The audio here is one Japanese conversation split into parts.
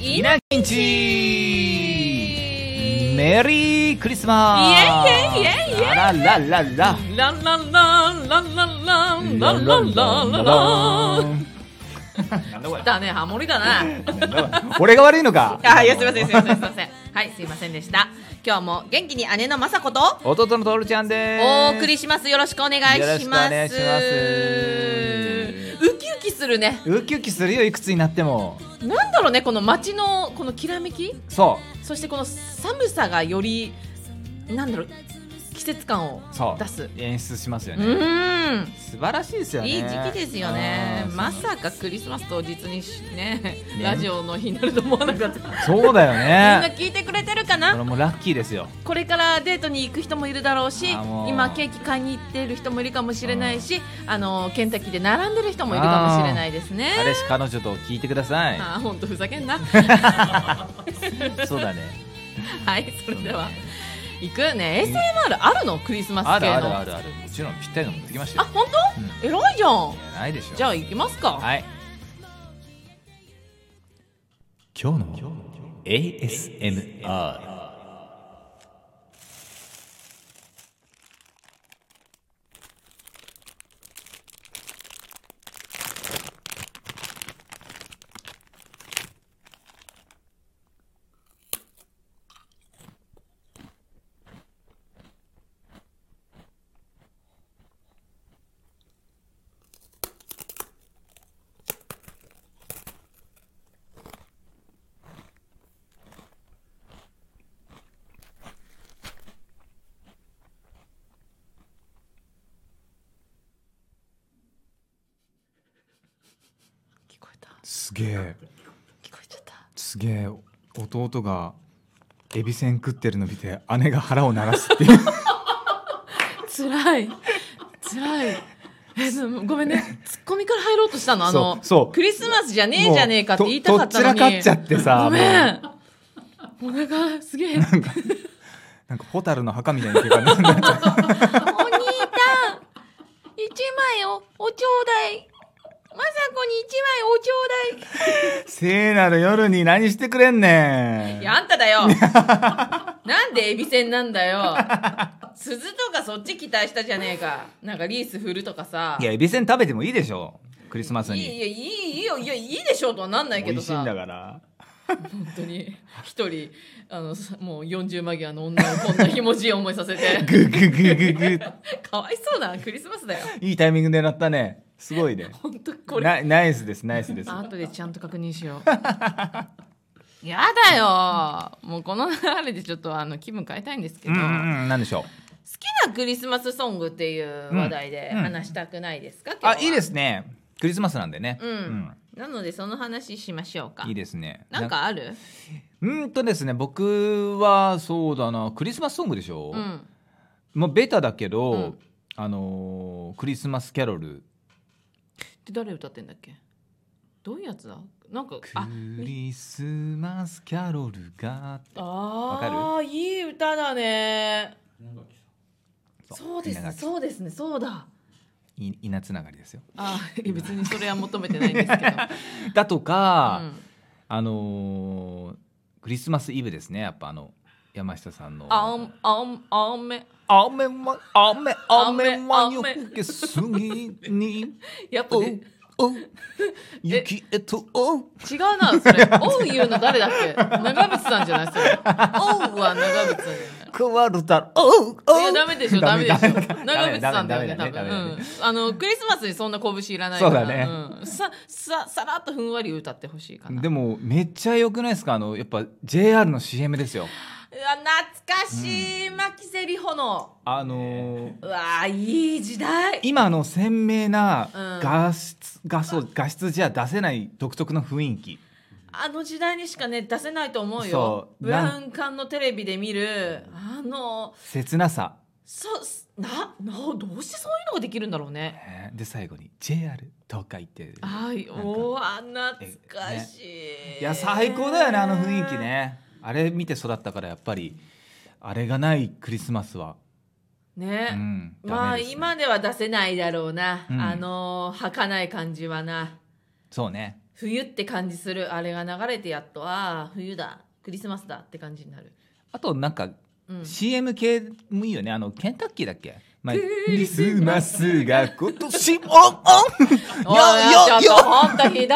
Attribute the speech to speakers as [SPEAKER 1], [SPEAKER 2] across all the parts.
[SPEAKER 1] いなきんちメリークリスマス
[SPEAKER 2] イエイイエイイエイ
[SPEAKER 1] あらららら
[SPEAKER 2] ランランランランランランランランランランラン
[SPEAKER 1] なんだこれ
[SPEAKER 2] だねハモリだな
[SPEAKER 1] なんだこれ 俺が悪いのか
[SPEAKER 2] あいやすいませんすいませんすいませんはいすいませんでした今日も元気に姉の雅子と
[SPEAKER 1] 弟のトールちゃんです
[SPEAKER 2] お送りしますよろしくお願い
[SPEAKER 1] よろ
[SPEAKER 2] し
[SPEAKER 1] しくお
[SPEAKER 2] ます
[SPEAKER 1] 願いします
[SPEAKER 2] ウキウキするね
[SPEAKER 1] ウキウキするよいくつになっても
[SPEAKER 2] なんだろうねこの街のこのきらめき
[SPEAKER 1] そ
[SPEAKER 2] そしてこの寒さがよりなんだろう季節感を
[SPEAKER 1] うそう
[SPEAKER 2] 出す
[SPEAKER 1] 演出しますよ
[SPEAKER 2] う
[SPEAKER 1] ね
[SPEAKER 2] ーん
[SPEAKER 1] 素晴らしいですよね
[SPEAKER 2] いい時期ですよね
[SPEAKER 1] うん
[SPEAKER 2] まさかクリスマス当日にしねラジオの日になると思わな かったみん
[SPEAKER 1] そうだよ
[SPEAKER 2] な
[SPEAKER 1] ね
[SPEAKER 2] 聞いてくれてるか
[SPEAKER 1] これ
[SPEAKER 2] な
[SPEAKER 1] もうラッキーですよ
[SPEAKER 2] これからデートに行く人もいるだろうし
[SPEAKER 1] あもう
[SPEAKER 2] 今ケーキ買いに行っている人もいるかもしれないしあのケンタッキーで並んでる人もいるかもしれないですね
[SPEAKER 1] 彼氏彼女と聞いてください
[SPEAKER 2] あ本当ふざけ んな
[SPEAKER 1] そうだね
[SPEAKER 2] はいそれでは
[SPEAKER 1] そうだね
[SPEAKER 2] 行くね SMR あるのクリスマス
[SPEAKER 1] あ
[SPEAKER 2] 系
[SPEAKER 1] る
[SPEAKER 2] の
[SPEAKER 1] あるあるあるもちろんぴったりの持ってきました
[SPEAKER 2] あ
[SPEAKER 1] よ
[SPEAKER 2] 本当、偉いじゃん
[SPEAKER 1] いやないでしょ
[SPEAKER 2] じゃあ行きますか、
[SPEAKER 1] はい今日の ASMR
[SPEAKER 2] 聞こえた
[SPEAKER 3] すげえ
[SPEAKER 2] 聞こえちゃった
[SPEAKER 3] すげえ弟がエビせん食ってるの見て姉が腹を鳴らすっていう
[SPEAKER 2] 辛い辛いえでもごめんねツッコミから入ろうとしたのあの
[SPEAKER 3] そうそう
[SPEAKER 2] クリスマスじゃ ねえじゃねえかって言いたかったのに
[SPEAKER 3] もうととっちらかっちゃってさ
[SPEAKER 2] ごめ
[SPEAKER 3] も
[SPEAKER 2] んお腹すげえお兄ち
[SPEAKER 3] なんか蛍の墓みたいな気がなんか
[SPEAKER 2] ゃん一枚をおちょうだいまさこに一枚おちょうだ
[SPEAKER 3] 聖なる夜に何してくれんねん
[SPEAKER 2] いやあんただよなんでエビせんなんだよ鈴とかそっち期待したじゃねえかなんかリース振るとかさ
[SPEAKER 1] いやエビせん食べてもいいでしょクリスマス
[SPEAKER 2] い
[SPEAKER 1] に
[SPEAKER 2] いやいいいいよいやいいでしょうとはなんないけ
[SPEAKER 3] 美
[SPEAKER 2] ど
[SPEAKER 3] 味しい
[SPEAKER 2] さ
[SPEAKER 3] んだから
[SPEAKER 2] 本当に一人あのさもう40間際の女をこんなひもじい思いさせて
[SPEAKER 3] グググググ
[SPEAKER 2] かわいそうだクリスマスだよ
[SPEAKER 3] いいタイミング狙ったねすごいね
[SPEAKER 2] 本当これ
[SPEAKER 3] ナナイスですナイスです
[SPEAKER 2] あ後でちゃんと確認しようやだよもうこの流れでちょっとあの気分変えたいんですけ
[SPEAKER 1] う
[SPEAKER 2] ど、
[SPEAKER 1] んう
[SPEAKER 2] 好
[SPEAKER 1] んうんなんでしょう
[SPEAKER 2] きなクリスマスソングっていう話題で
[SPEAKER 1] うんうん
[SPEAKER 2] 話したくないですか、今
[SPEAKER 1] あ
[SPEAKER 2] 日はい
[SPEAKER 1] いですねクリスマスなんでね
[SPEAKER 2] うん、なのでその話しましょうか
[SPEAKER 1] いいですね
[SPEAKER 2] なんかある
[SPEAKER 1] うーんとですね僕はそうだなクリスマスソングでしょ、
[SPEAKER 2] うん
[SPEAKER 1] まあ、ベタだけど、
[SPEAKER 2] うん
[SPEAKER 1] あのークリスマスキャロル
[SPEAKER 2] で誰歌ってんだっけどういうやつだなんか
[SPEAKER 1] 「
[SPEAKER 2] あ
[SPEAKER 1] クリスマスキャロルが
[SPEAKER 2] ああいい歌だね」そうで
[SPEAKER 1] 稲
[SPEAKER 2] す
[SPEAKER 1] 垣
[SPEAKER 2] そうですねそうだ
[SPEAKER 1] い稲つながりですよ。
[SPEAKER 2] あーいや別にそれは求めてないんですけど、
[SPEAKER 1] だとか、
[SPEAKER 2] うん
[SPEAKER 1] あのークリスマスイブですねやっぱあの山下さんの
[SPEAKER 2] あんあんあんめ
[SPEAKER 1] 雨は雨雨
[SPEAKER 2] 雨
[SPEAKER 1] は夜更けすぎ に
[SPEAKER 2] やっぱ
[SPEAKER 1] お
[SPEAKER 2] ね
[SPEAKER 1] お雪へとお
[SPEAKER 2] 違うなそれ「おう」言うの誰だっけ長渕さんじゃないそれ「おう」は長渕さんじゃない
[SPEAKER 1] 変わるだろうお
[SPEAKER 2] いやダメでしょダメでしょ
[SPEAKER 1] ダメダメ
[SPEAKER 2] 長渕さんだよね
[SPEAKER 1] ダ
[SPEAKER 2] 多
[SPEAKER 1] メダメ
[SPEAKER 2] 分、
[SPEAKER 1] ダメ
[SPEAKER 2] うん、あのクリスマスにそんな拳いらないから
[SPEAKER 1] そうだね
[SPEAKER 2] うん、さささらっとふんわり歌ってほしいかな
[SPEAKER 1] でもめっちゃ良くないですかあのやっぱ JR の CM ですよ
[SPEAKER 2] うわ懐かしい牧瀬里穂の
[SPEAKER 1] あのー
[SPEAKER 2] うわーいい時代
[SPEAKER 1] 今の鮮明な
[SPEAKER 2] うん
[SPEAKER 1] 画質、画素画質じゃ出せない独特の雰囲気
[SPEAKER 2] あの時代にしかね出せないと思うよ
[SPEAKER 1] そう
[SPEAKER 2] ブラウン管のテレビで見るあの
[SPEAKER 1] 切なさ、
[SPEAKER 2] そすななどうしてそういうのができるんだろうね
[SPEAKER 1] ねで最後に JR 東海って
[SPEAKER 2] はい
[SPEAKER 1] なんか
[SPEAKER 2] おわ懐かしい、
[SPEAKER 1] いや最高だよねあの雰囲気ねあれ見て育ったからやっぱりあれがないクリスマスは、
[SPEAKER 2] ね
[SPEAKER 1] うん、
[SPEAKER 2] ま
[SPEAKER 1] ダ
[SPEAKER 2] あ
[SPEAKER 1] メですね
[SPEAKER 2] 今では出せないだろうな、
[SPEAKER 1] うん
[SPEAKER 2] あの儚い感じはな
[SPEAKER 1] そうね
[SPEAKER 2] 冬って感じするあれが流れてやっとああ冬だクリスマスだって感じになる、
[SPEAKER 1] あとなんか
[SPEAKER 2] うん、
[SPEAKER 1] CM 系もいいよねあのケンタッキーだっけ、まあ、
[SPEAKER 2] クリスマ
[SPEAKER 1] スが今年オ
[SPEAKER 2] お
[SPEAKER 1] ン
[SPEAKER 2] いちょっとほんとひど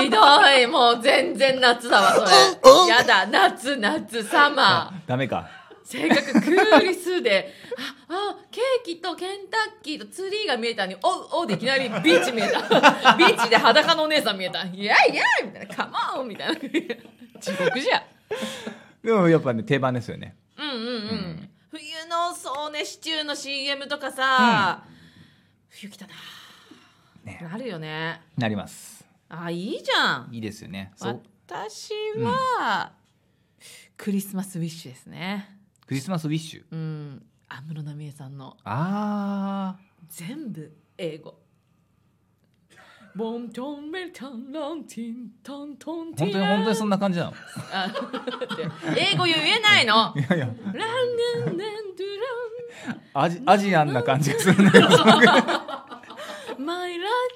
[SPEAKER 2] いひどいもう全然夏だわそれやだ夏夏サマー
[SPEAKER 1] ダメか
[SPEAKER 2] せっかくクーリスでああケーキとケンタッキーとツリーが見えたのにおうおうでいきなりビーチ見 えたビーチで裸のお姉さん見えたいやいやみたいなカモンみたいな地獄じゃ
[SPEAKER 1] でもやっぱね定番ですよね
[SPEAKER 2] うんうんうん、冬のそうねシチューの CM とかさ、冬来たな、
[SPEAKER 1] ね
[SPEAKER 2] なるよね
[SPEAKER 1] なります
[SPEAKER 2] あいいじゃん
[SPEAKER 1] いいですよねそう
[SPEAKER 2] 私は、クリスマスウィッシュですね
[SPEAKER 1] クリスマスウィッシュ
[SPEAKER 2] うん安室奈美恵さんの
[SPEAKER 1] あ
[SPEAKER 2] 全部英語ボントンメルタンランティンタントン
[SPEAKER 1] ー本当に本当にそんな感じなの
[SPEAKER 2] あ英語言えないの
[SPEAKER 1] いやい
[SPEAKER 2] ラ
[SPEAKER 1] や
[SPEAKER 2] ンランランドゥ
[SPEAKER 1] アジアジアンな感じがするね
[SPEAKER 2] ランマイラッ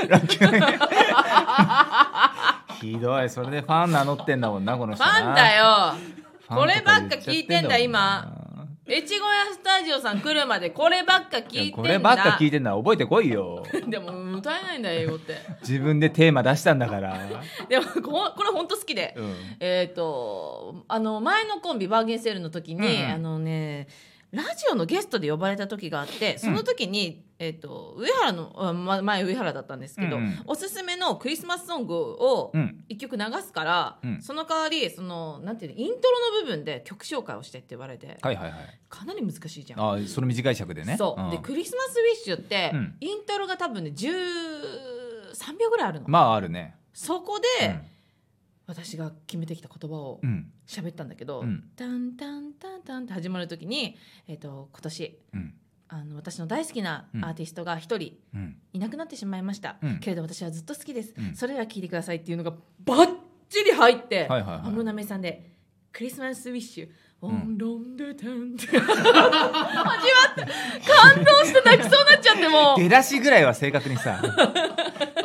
[SPEAKER 2] キーラッキー
[SPEAKER 1] ひどいそれでファン名乗ってんだもんなこの
[SPEAKER 2] フ
[SPEAKER 1] 人な
[SPEAKER 2] ァンだよ
[SPEAKER 1] ファンと
[SPEAKER 2] こればっか聞いてんだ
[SPEAKER 1] 言っちゃっても
[SPEAKER 2] 今越後屋スタジオさん来るまでこればっか聞い
[SPEAKER 1] い
[SPEAKER 2] てん
[SPEAKER 1] や
[SPEAKER 2] だ
[SPEAKER 1] こればっか聞いてんだ覚えてこいよ
[SPEAKER 2] でも歌えないんだよ英語って
[SPEAKER 1] 自分でテーマ出したんだから、
[SPEAKER 2] でもここれ本当好きで、
[SPEAKER 1] うん、
[SPEAKER 2] えっ、とあの前のコンビバーゲンセールの時に、
[SPEAKER 1] うん
[SPEAKER 2] あのねラジオのゲストで呼ばれた時があってその時に、えっと上原のあま前上原だったんですけど、
[SPEAKER 1] うんうん
[SPEAKER 2] おすすめのクリスマスソングを
[SPEAKER 1] うん
[SPEAKER 2] 一曲流すから、
[SPEAKER 1] うん
[SPEAKER 2] その代わりそのなんていうのイントロの部分で曲紹介をしてって言われて
[SPEAKER 1] はいはいはい
[SPEAKER 2] かなり難しいじゃん。
[SPEAKER 1] あその短い尺でね
[SPEAKER 2] そう、
[SPEAKER 1] ん
[SPEAKER 2] でクリスマスウィッシュって、
[SPEAKER 1] うん
[SPEAKER 2] イントロが多分ね13秒ぐらいあるの、
[SPEAKER 1] まああるね
[SPEAKER 2] そこで、私が決めてきた言葉を
[SPEAKER 1] うん、うん
[SPEAKER 2] 喋ったんだけど、
[SPEAKER 1] うん
[SPEAKER 2] タンタンタンタンって始まる時に、えっと今年
[SPEAKER 1] うん
[SPEAKER 2] あの私の大好きなアーティストが一人
[SPEAKER 1] うん
[SPEAKER 2] いなくなってしまいました、
[SPEAKER 1] うん
[SPEAKER 2] けれど私はずっと好きです、
[SPEAKER 1] うん
[SPEAKER 2] それでは聴いてくださいっていうのがバッチリ入って
[SPEAKER 1] はいはいはい
[SPEAKER 2] 安室奈美恵さんで「クリスマスウィッシュ」オ
[SPEAKER 1] ん
[SPEAKER 2] ンロンドゥタンって始まって感動して泣きそうになっちゃっても
[SPEAKER 1] 出だしぐらいは正確に さ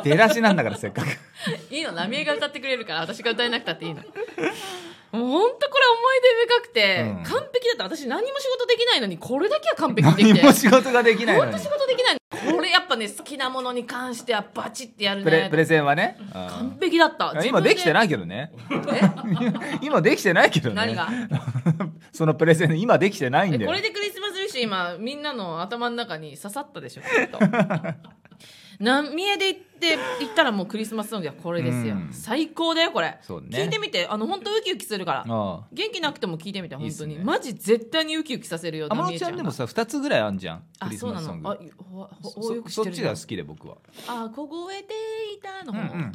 [SPEAKER 1] 出だしなんだからせっかく
[SPEAKER 2] ういいの奈美恵が歌ってくれるから私が歌えなくたっていいのもうほんとこれ思い出深くて、
[SPEAKER 1] うん
[SPEAKER 2] 完璧だった私何も仕事できないのにこれだけは完璧でき
[SPEAKER 1] 何
[SPEAKER 2] て
[SPEAKER 1] も仕事ができない
[SPEAKER 2] ほん
[SPEAKER 1] の
[SPEAKER 2] と
[SPEAKER 1] に
[SPEAKER 2] 仕事できないのこれやっぱね好きなものに関してはバチってやる
[SPEAKER 1] プレプ
[SPEAKER 2] ね
[SPEAKER 1] レゼンはね、うん
[SPEAKER 2] 完璧だった
[SPEAKER 1] 今できて
[SPEAKER 2] い
[SPEAKER 1] ないけ どね今できてないけどね
[SPEAKER 2] 何が
[SPEAKER 1] そのプレゼン今できてないんだ
[SPEAKER 2] え
[SPEAKER 1] よ
[SPEAKER 2] これでクリスマスウィッシュ今みんなの頭の中に刺さったでしょきっと浪江で行って行ったらもうクリスマスソングはこれですよ、
[SPEAKER 1] うん
[SPEAKER 2] 最高だよこれ、
[SPEAKER 1] そうね
[SPEAKER 2] 聞いてみてあの本当ウキウキするから
[SPEAKER 1] あ
[SPEAKER 2] 元気なくても聞いてみて本当に
[SPEAKER 1] いいっすね
[SPEAKER 2] マジ絶対にウキウキさせるよ
[SPEAKER 1] 天
[SPEAKER 2] 浪江
[SPEAKER 1] 野ちゃんでもさ2つぐらいあんじゃんク
[SPEAKER 2] あ
[SPEAKER 1] リス
[SPEAKER 2] そうな
[SPEAKER 1] マスソ
[SPEAKER 2] の
[SPEAKER 1] ング
[SPEAKER 2] あほほ
[SPEAKER 1] そ
[SPEAKER 2] ほよく知
[SPEAKER 1] そ
[SPEAKER 2] っ
[SPEAKER 1] って
[SPEAKER 2] る
[SPEAKER 1] ち
[SPEAKER 2] じゃ
[SPEAKER 1] が
[SPEAKER 2] ん
[SPEAKER 1] 好きで僕は
[SPEAKER 2] あー凍えていたの、
[SPEAKER 1] うんうん
[SPEAKER 2] ああれいいん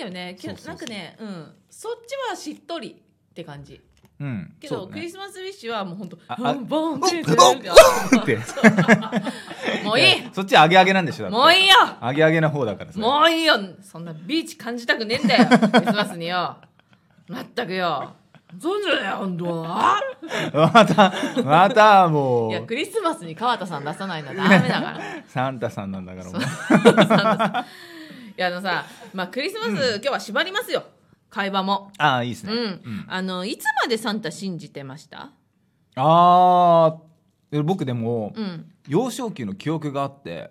[SPEAKER 2] だよねけど
[SPEAKER 1] そうそうそう
[SPEAKER 2] なんかねうんそっちはしっとりって感じ
[SPEAKER 1] うん
[SPEAKER 2] けど、
[SPEAKER 1] そう
[SPEAKER 2] クリ
[SPEAKER 1] ね
[SPEAKER 2] スマスウィッシュはもうほんと
[SPEAKER 1] あ
[SPEAKER 2] ボンボンボ
[SPEAKER 1] あ
[SPEAKER 2] ン
[SPEAKER 1] ボンボン
[SPEAKER 2] ボ
[SPEAKER 1] って
[SPEAKER 2] ンもうい い
[SPEAKER 1] そっちアゲアゲなんでしょだって
[SPEAKER 2] もういいよ
[SPEAKER 1] アゲアゲな方だからさ
[SPEAKER 2] もういいよそんなビーチ感じたくねえんだよクリスマスによまったくよそうじゃないよほんとは
[SPEAKER 1] またまたも
[SPEAKER 2] いや
[SPEAKER 1] う
[SPEAKER 2] クリスマスに川田さん出さないのはダメだから
[SPEAKER 1] サンタさんなんだからも
[SPEAKER 2] い
[SPEAKER 1] う
[SPEAKER 2] やあのさ、まあ、クリスマス、今日は縛りますよ会話も
[SPEAKER 1] ああいいです
[SPEAKER 2] う
[SPEAKER 1] ね、
[SPEAKER 2] ん、あのいつまでサンタ信じてました
[SPEAKER 1] あー僕でも、
[SPEAKER 2] うん
[SPEAKER 1] 幼少期の記憶があって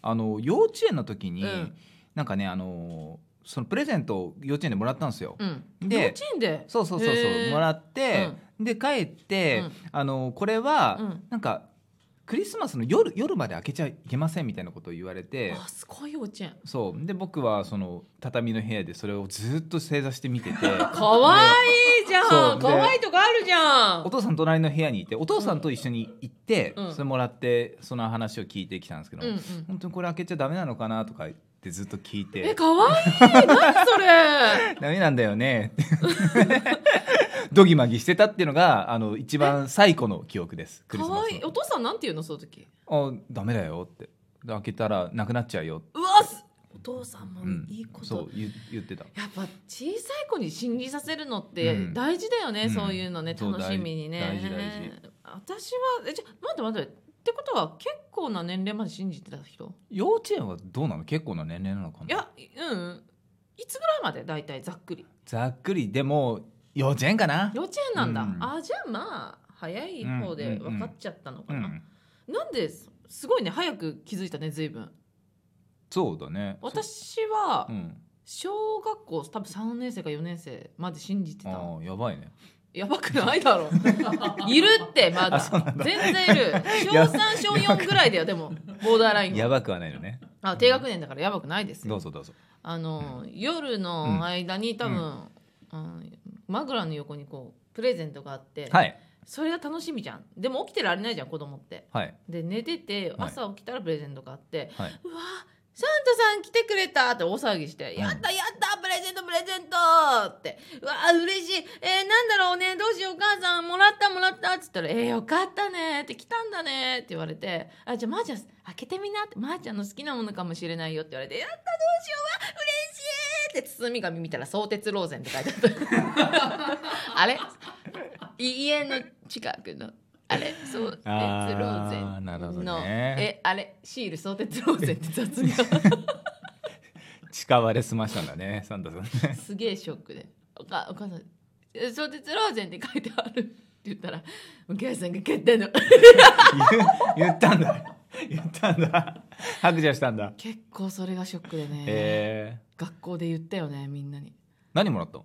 [SPEAKER 1] あの幼稚園の時に、
[SPEAKER 2] うん
[SPEAKER 1] なんかねあのそのプレゼントを幼稚園でもらったんですよ、
[SPEAKER 2] うん
[SPEAKER 1] で
[SPEAKER 2] 幼稚園で
[SPEAKER 1] そうそうそうそうもらって、で帰っ
[SPEAKER 2] う
[SPEAKER 1] て、
[SPEAKER 2] ん
[SPEAKER 1] あのこれは、
[SPEAKER 2] うん
[SPEAKER 1] なんかクリスマスの夜夜まで開けちゃいけませんみたいなことを言われて
[SPEAKER 2] あすごい幼稚園
[SPEAKER 1] そうで僕はその畳の部屋でそれをずっと正座して見て て
[SPEAKER 2] かわいいじゃ
[SPEAKER 1] そ
[SPEAKER 2] ん
[SPEAKER 1] う
[SPEAKER 2] かわいいとこあるじゃ
[SPEAKER 1] お
[SPEAKER 2] ん
[SPEAKER 1] 父さん隣の部屋にいてお父さんと一緒に行って、
[SPEAKER 2] うん
[SPEAKER 1] それもらってその話を聞いてきたんですけど、
[SPEAKER 2] うんうん
[SPEAKER 1] 本当にこれ開けちゃダメなのかなとか言ってずっと聞い
[SPEAKER 2] え
[SPEAKER 1] て
[SPEAKER 2] かわいい何それ
[SPEAKER 1] ダメなんだよねって ドギマギしてたっていうのがあの一番最古の記憶です クリ
[SPEAKER 2] か
[SPEAKER 1] スマ
[SPEAKER 2] わ
[SPEAKER 1] ス
[SPEAKER 2] いい
[SPEAKER 1] の
[SPEAKER 2] お父さんなんて言うのその時
[SPEAKER 1] あダメだよってで開けたらなくなっちゃうよ、
[SPEAKER 2] うわすお父さんも
[SPEAKER 1] うん、
[SPEAKER 2] いいこと、
[SPEAKER 1] そう言言ってた
[SPEAKER 2] やっぱ小さい子に信じさせるのって
[SPEAKER 1] うん
[SPEAKER 2] 大事だよね、
[SPEAKER 1] うん
[SPEAKER 2] そういうのね
[SPEAKER 1] そう
[SPEAKER 2] 楽しみにね
[SPEAKER 1] 大事大事
[SPEAKER 2] 私はえじゃ待って待ってってことは結構な年齢まで信じてた人
[SPEAKER 1] 幼稚園はどうなの結構な年齢なのかない
[SPEAKER 2] やうんいつぐらいまで大体ざっくり
[SPEAKER 1] ざっくりでも幼稚園かな
[SPEAKER 2] 幼稚園なんだ、
[SPEAKER 1] うん
[SPEAKER 2] あじゃあまあ早い方で分かっちゃったのか
[SPEAKER 1] う
[SPEAKER 2] な、
[SPEAKER 1] ん
[SPEAKER 2] なんですすごいね早く気づいたね随分
[SPEAKER 1] そうだね
[SPEAKER 2] 私は
[SPEAKER 1] うん
[SPEAKER 2] 小学校多分3年生か4年生まで信じてた
[SPEAKER 1] ああやばいね
[SPEAKER 2] やばくないだろ いるってまだ全然いる小
[SPEAKER 1] や
[SPEAKER 2] 3小4ぐらいだよでもボーダーライン
[SPEAKER 1] や
[SPEAKER 2] は
[SPEAKER 1] ばくはないのね
[SPEAKER 2] あ低学年だからやばくないですよ
[SPEAKER 1] どうぞどうぞ
[SPEAKER 2] あの、夜の間に多分、うん枕の横にこうプレゼントがあって、
[SPEAKER 1] はい
[SPEAKER 2] それが楽しみじゃんでも起きてられないじゃん子供って
[SPEAKER 1] はい
[SPEAKER 2] で寝てて
[SPEAKER 1] はい
[SPEAKER 2] 朝起きたらプレゼントがあって、
[SPEAKER 1] はいう
[SPEAKER 2] わサンタさん来てくれたって大騒ぎして「
[SPEAKER 1] ん
[SPEAKER 2] やったやったプレゼントプレゼント!」って「うわ嬉しいえー、なんだろうねどうしようお母さんもらったもらった」っつったら「えー、よかったね」って「来たんだね」って言われて「あじゃあまー、ちゃん開けてみな」って「まー、ちゃんの好きなものかもしれないよ」って言われて「やったどうしようわ嬉しい!」って包み紙見たら「相鉄ローゼン」って書いてあっ たあれい家の近くのあれ相鉄ローゼン
[SPEAKER 1] あーなるほどね
[SPEAKER 2] のえあれシール相鉄ローゼンって雑が
[SPEAKER 1] 近割れ済ましたんだねサンタさん ね
[SPEAKER 2] すげえショックでおかお母さん「え相鉄ローゼンって書いてある」って言ったら「お母さんが買ったの
[SPEAKER 1] 言う言ったんだ言ったんだ白状したんだ
[SPEAKER 2] 結構それがショックでね、
[SPEAKER 1] えー、
[SPEAKER 2] 学校で言ったよねみんなに
[SPEAKER 1] 何もらったの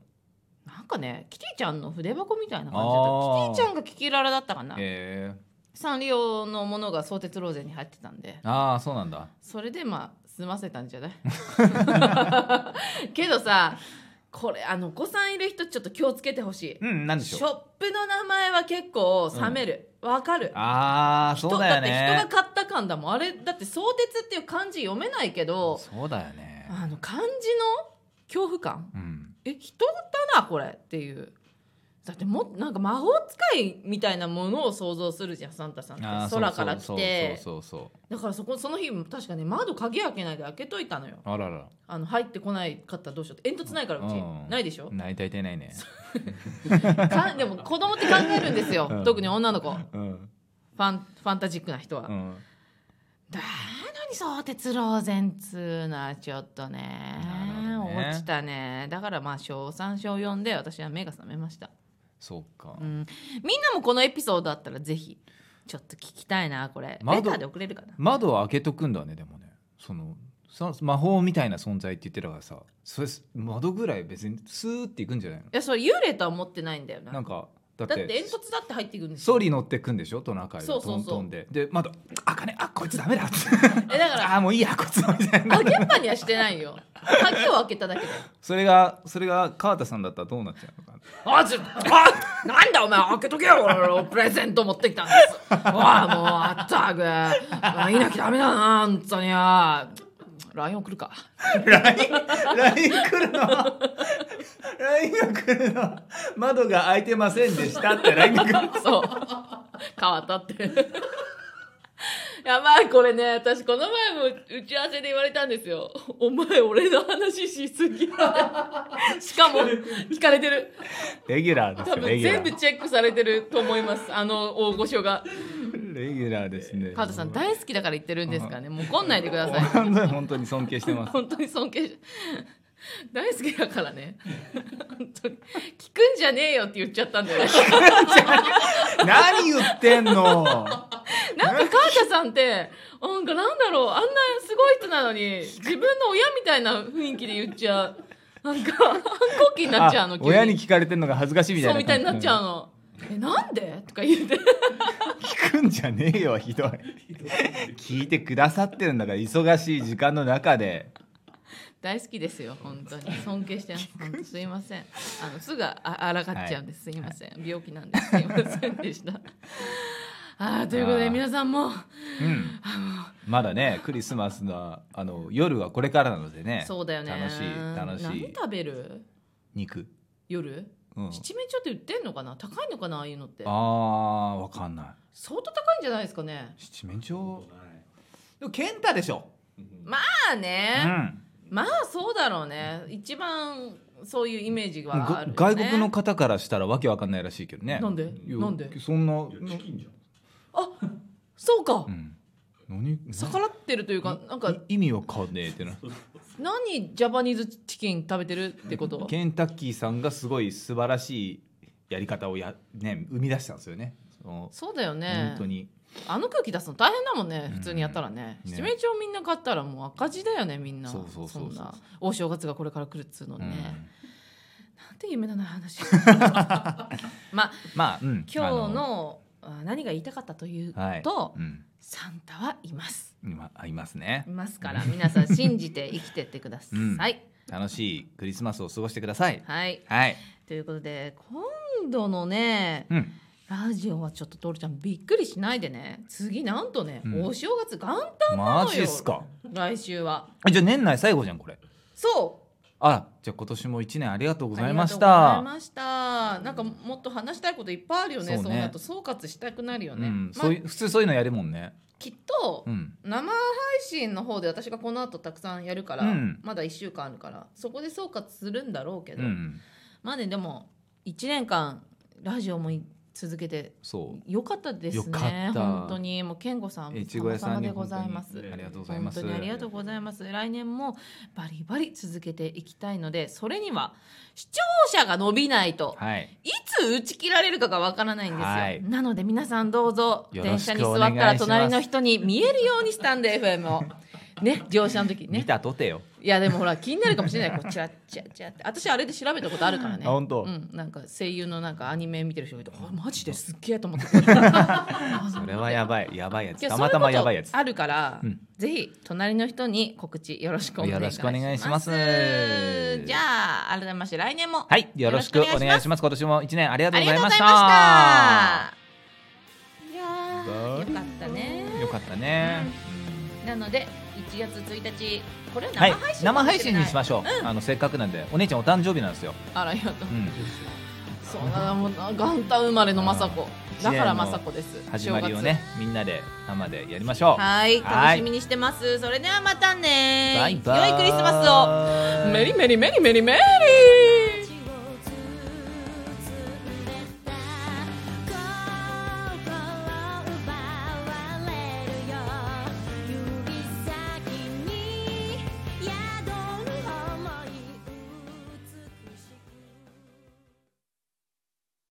[SPEAKER 2] なんかねキティちゃんの筆箱みたいな感じだ
[SPEAKER 1] あ
[SPEAKER 2] った
[SPEAKER 1] ー
[SPEAKER 2] キティちゃんがキキララだったかな、
[SPEAKER 1] え
[SPEAKER 2] サンリオのものが相鉄ローゼンに入ってたんで
[SPEAKER 1] ー、ああそうなんだ
[SPEAKER 2] それでまあ済ませたんじゃない けどさこれあのお子さんいる人ちょっと気をつけてほしい
[SPEAKER 1] うんなんで
[SPEAKER 2] シ
[SPEAKER 1] し
[SPEAKER 2] ョ
[SPEAKER 1] ょう
[SPEAKER 2] ップの名前は結構冷めるわ、かる
[SPEAKER 1] ああそうだよ
[SPEAKER 2] 人
[SPEAKER 1] ね
[SPEAKER 2] って人が買った感だもんあれだって相鉄っていう漢字読めないけど
[SPEAKER 1] そうだよね
[SPEAKER 2] あの漢字の恐怖感
[SPEAKER 1] うん
[SPEAKER 2] え人だなこれっていうだってもなんか魔法使いみたいなものを想像するじゃんサンタさんって
[SPEAKER 1] あー
[SPEAKER 2] 空から来て
[SPEAKER 1] そうそうそうそう
[SPEAKER 2] だからそこその日も確かね窓鍵開けないで開けといたのよ
[SPEAKER 1] そうあらら
[SPEAKER 2] あの入ってこないかったらどうしようって煙突ないからうち、
[SPEAKER 1] うん
[SPEAKER 2] ないでしょ
[SPEAKER 1] 泣いたいてないね
[SPEAKER 2] かでも子供って考えるんですよ、
[SPEAKER 1] うん
[SPEAKER 2] 特に女の子フ
[SPEAKER 1] うん
[SPEAKER 2] ァンファンタジックな人は、
[SPEAKER 1] うん
[SPEAKER 2] だのに相鉄ローゼンつうのはちょっとね
[SPEAKER 1] なるほどね
[SPEAKER 2] 落ちたねだからまあ小3小4で私は目が覚めました、
[SPEAKER 1] そうか、
[SPEAKER 2] うん、みんなもこのエピソードあったらぜひちょっと聞きたいなこれレ
[SPEAKER 1] 窓
[SPEAKER 2] ターで送れるかな
[SPEAKER 1] 窓を開けとくんだねでもねそのそ魔法みたいな存在って言ってたからさそれ窓ぐらい別にスーっていくんじゃない
[SPEAKER 2] いやそれ幽霊とは思ってないんだよな
[SPEAKER 1] のなんかだって
[SPEAKER 2] だって煙突だって入っていくんですよ
[SPEAKER 1] ソリ乗ってくんでしょトナカイ
[SPEAKER 2] そう
[SPEAKER 1] を
[SPEAKER 2] そ
[SPEAKER 1] ト
[SPEAKER 2] うそ
[SPEAKER 1] ン
[SPEAKER 2] う
[SPEAKER 1] トンでで窓あかねあこいつダメだって
[SPEAKER 2] えだから
[SPEAKER 1] あーもういいやこいつみたいな
[SPEAKER 2] 開けっぱにはしてないよ鍵を開けただけで
[SPEAKER 1] それがそれが川田さんだったらどうなっちゃうのかな
[SPEAKER 2] あちょあなんだお前開けとけよ俺のプレゼント持ってきたんですおいもうあったくあいなきゃダメだな本当にあ LINE 送るか
[SPEAKER 1] LINE 来るの LINE が来るの窓が開いてませんでしたって LINE が来る
[SPEAKER 2] そう変わったってやばいこれね私この前も打ち合わせで言われたんですよお前俺の話しすぎしかも聞かれてる
[SPEAKER 1] レギュラーです
[SPEAKER 2] 多
[SPEAKER 1] よレ
[SPEAKER 2] 分
[SPEAKER 1] ギュ
[SPEAKER 2] 全
[SPEAKER 1] ラ
[SPEAKER 2] 部
[SPEAKER 1] ー
[SPEAKER 2] チェックされてると思いますあの大御所が
[SPEAKER 1] レギュラーですね
[SPEAKER 2] カートさん大好きだから言ってるんですかねもう怒んないでください
[SPEAKER 1] 本当に本当に尊敬してます
[SPEAKER 2] 本当に尊敬し大好きだからね本当に聞くんじゃねえよって言っちゃったんだよね
[SPEAKER 1] 何言ってんの
[SPEAKER 2] なんか川田さんってなんかなんだろうあんなすごい人なのに自分の親みたいな雰囲気で言っちゃうなんか反抗期になっちゃうの
[SPEAKER 1] あ親に聞かれてんのが恥ずかしいみた
[SPEAKER 2] そ
[SPEAKER 1] い
[SPEAKER 2] う
[SPEAKER 1] な
[SPEAKER 2] みたいになっちゃう
[SPEAKER 1] う
[SPEAKER 2] の「えなんで?」とか言って
[SPEAKER 1] 聞くんじゃねえよひどい聞いてくださってるんだから忙しい時間の中で
[SPEAKER 2] 大好きですよ本当 に尊敬してます本当すいませんあのすぐああらがっちゃうんです、すいません病気なんですすいませんでしたあーということ
[SPEAKER 1] あ
[SPEAKER 2] で
[SPEAKER 1] ー
[SPEAKER 2] 皆さんも
[SPEAKER 1] うんまだねクリスマスのあの夜はこれからなのでね
[SPEAKER 2] そうだよね
[SPEAKER 1] 楽しい楽し
[SPEAKER 2] 何
[SPEAKER 1] い
[SPEAKER 2] 食べる
[SPEAKER 1] 肉、
[SPEAKER 2] 夜
[SPEAKER 1] うん、
[SPEAKER 2] 七面鳥って売ってんのかな高いのかなああいうのって
[SPEAKER 1] あーわかんない
[SPEAKER 2] 相当高いんじゃないですかね
[SPEAKER 1] 七面鳥でもケンタでしょ、
[SPEAKER 2] まあ
[SPEAKER 1] う
[SPEAKER 2] ね、
[SPEAKER 1] ん、
[SPEAKER 2] まあそうだろうね一番そういうイメージはあるよ、ね
[SPEAKER 1] が、外国の方からしたらわけわかんないらしいけどね
[SPEAKER 2] なんで
[SPEAKER 1] いや
[SPEAKER 2] なんで
[SPEAKER 1] そんな
[SPEAKER 4] チキンじゃん。
[SPEAKER 2] あそそうか
[SPEAKER 1] う、ん、何
[SPEAKER 2] 逆らってるというかなんか
[SPEAKER 1] い意味わかんねえってな
[SPEAKER 2] 何ジャパニーズチキン食べてるってこと
[SPEAKER 1] ケンタッキーさんがすごい素晴らしいやり方をや、ね、生み出したんですよねその
[SPEAKER 2] そうだよね
[SPEAKER 1] 本当に
[SPEAKER 2] あの空気出すの大変だもんね普通にやったらね,、
[SPEAKER 1] うんね
[SPEAKER 2] 七面鳥みんな買ったらもう赤字だよねみんな
[SPEAKER 1] そうそうそうそうん
[SPEAKER 2] なお正月がこれから来るっつうの
[SPEAKER 1] う
[SPEAKER 2] に
[SPEAKER 1] ん
[SPEAKER 2] ね、なんて夢のない 話まあ
[SPEAKER 1] まあ、うん、
[SPEAKER 2] 今日
[SPEAKER 1] あ
[SPEAKER 2] のあ何が言いたかったというと、
[SPEAKER 1] はいうん、
[SPEAKER 2] サンタはいます
[SPEAKER 1] 今ありますね
[SPEAKER 2] いますから皆さん信じて生きてってください、
[SPEAKER 1] うん楽しいクリスマスを過ごしてください
[SPEAKER 2] はい
[SPEAKER 1] はい、
[SPEAKER 2] ということで今度のね
[SPEAKER 1] うん、
[SPEAKER 2] ラジオはちょっとトールちゃんびっくりしないでね次なんとね、
[SPEAKER 1] うん
[SPEAKER 2] お正月元旦な
[SPEAKER 1] マ
[SPEAKER 2] の
[SPEAKER 1] ジ
[SPEAKER 2] よ
[SPEAKER 1] っすか
[SPEAKER 2] 来週は
[SPEAKER 1] あじゃあ年内最後じゃんこれ
[SPEAKER 2] そう
[SPEAKER 1] あらじゃあ今年も一年ありがとうございまし
[SPEAKER 2] ありがとうござい
[SPEAKER 1] た
[SPEAKER 2] ました。なんかもっと話したいこといっぱいあるよね。そ
[SPEAKER 1] そううね
[SPEAKER 2] なると総括したくなるよ
[SPEAKER 1] う
[SPEAKER 2] ね。
[SPEAKER 1] ん、
[SPEAKER 2] まあ
[SPEAKER 1] そういう普通そういうのやるもんね
[SPEAKER 2] きっと
[SPEAKER 1] うん
[SPEAKER 2] 生配信の方で私がこの後たくさんやるから、
[SPEAKER 1] うん
[SPEAKER 2] まだ1週間あるからそこで総括するんだろうけ
[SPEAKER 1] う
[SPEAKER 2] ど、
[SPEAKER 1] ん
[SPEAKER 2] まあねでも1年間ラジオも続けて
[SPEAKER 1] そう
[SPEAKER 2] よかったです
[SPEAKER 1] よか
[SPEAKER 2] ね
[SPEAKER 1] っ。た
[SPEAKER 2] 本当にもう健吾さん、
[SPEAKER 1] 越後屋さんに
[SPEAKER 2] 様々でございます
[SPEAKER 1] 本当。にありがとうござい
[SPEAKER 2] 本
[SPEAKER 1] ます
[SPEAKER 2] 当にありがとうございます。来年もバリバリ続けていきたいので、それには視聴者が伸びないと、
[SPEAKER 1] はい
[SPEAKER 2] いつ打ち切られるかがわからないんですよ、
[SPEAKER 1] はい
[SPEAKER 2] なので皆さんどうぞ
[SPEAKER 1] よ
[SPEAKER 2] 電
[SPEAKER 1] ろ
[SPEAKER 2] 車に
[SPEAKER 1] しく
[SPEAKER 2] 座
[SPEAKER 1] お
[SPEAKER 2] った
[SPEAKER 1] 願いします
[SPEAKER 2] ら隣の人に見えるようにしたんで FM をね乗車の時に
[SPEAKER 1] 見
[SPEAKER 2] ね
[SPEAKER 1] たとてよ、
[SPEAKER 2] いやでもほら気になるかもしれないこうチラッチラッチラッって私あれで調べたことあるからね
[SPEAKER 1] あ本当
[SPEAKER 2] うん、なんか声優のなんかアニメ見てる人がいてあマジですっげえと思っ て
[SPEAKER 1] それはやばいやばいや
[SPEAKER 2] い
[SPEAKER 1] つ
[SPEAKER 2] や
[SPEAKER 1] たまたまやばいやつ
[SPEAKER 2] そううことあるから、
[SPEAKER 1] うん
[SPEAKER 2] ぜひ隣の人に告知よろしくお願いします
[SPEAKER 1] よろしくお願いします
[SPEAKER 2] じゃあ改めまして来年も
[SPEAKER 1] はいよろしくお願いします
[SPEAKER 2] す
[SPEAKER 1] 今年も一年ありがと
[SPEAKER 2] あ
[SPEAKER 1] うご
[SPEAKER 2] りが
[SPEAKER 1] ざ
[SPEAKER 2] と
[SPEAKER 1] い
[SPEAKER 2] ございまし
[SPEAKER 1] うました
[SPEAKER 2] たいやーよ
[SPEAKER 1] バイ
[SPEAKER 2] かったね
[SPEAKER 1] よかったね、
[SPEAKER 2] なので1月1日これは
[SPEAKER 1] うんはい
[SPEAKER 2] 生配信か
[SPEAKER 1] 生
[SPEAKER 2] もれない
[SPEAKER 1] 配信にしましょう、あのせっかくなんでお姉ちゃんお誕生日なんですよ、
[SPEAKER 2] あらありがとう
[SPEAKER 1] うん、
[SPEAKER 2] そうなもうな元旦生まれの雅子
[SPEAKER 1] うん
[SPEAKER 2] だから雅子です
[SPEAKER 1] 始まりをねみんなで生でやりましょ
[SPEAKER 2] 正
[SPEAKER 1] う
[SPEAKER 2] 月はい
[SPEAKER 1] はい
[SPEAKER 2] 楽しみにしてますそれではまたね
[SPEAKER 1] バイバイ
[SPEAKER 2] 良いクリスマスをメリメリメリメリメリ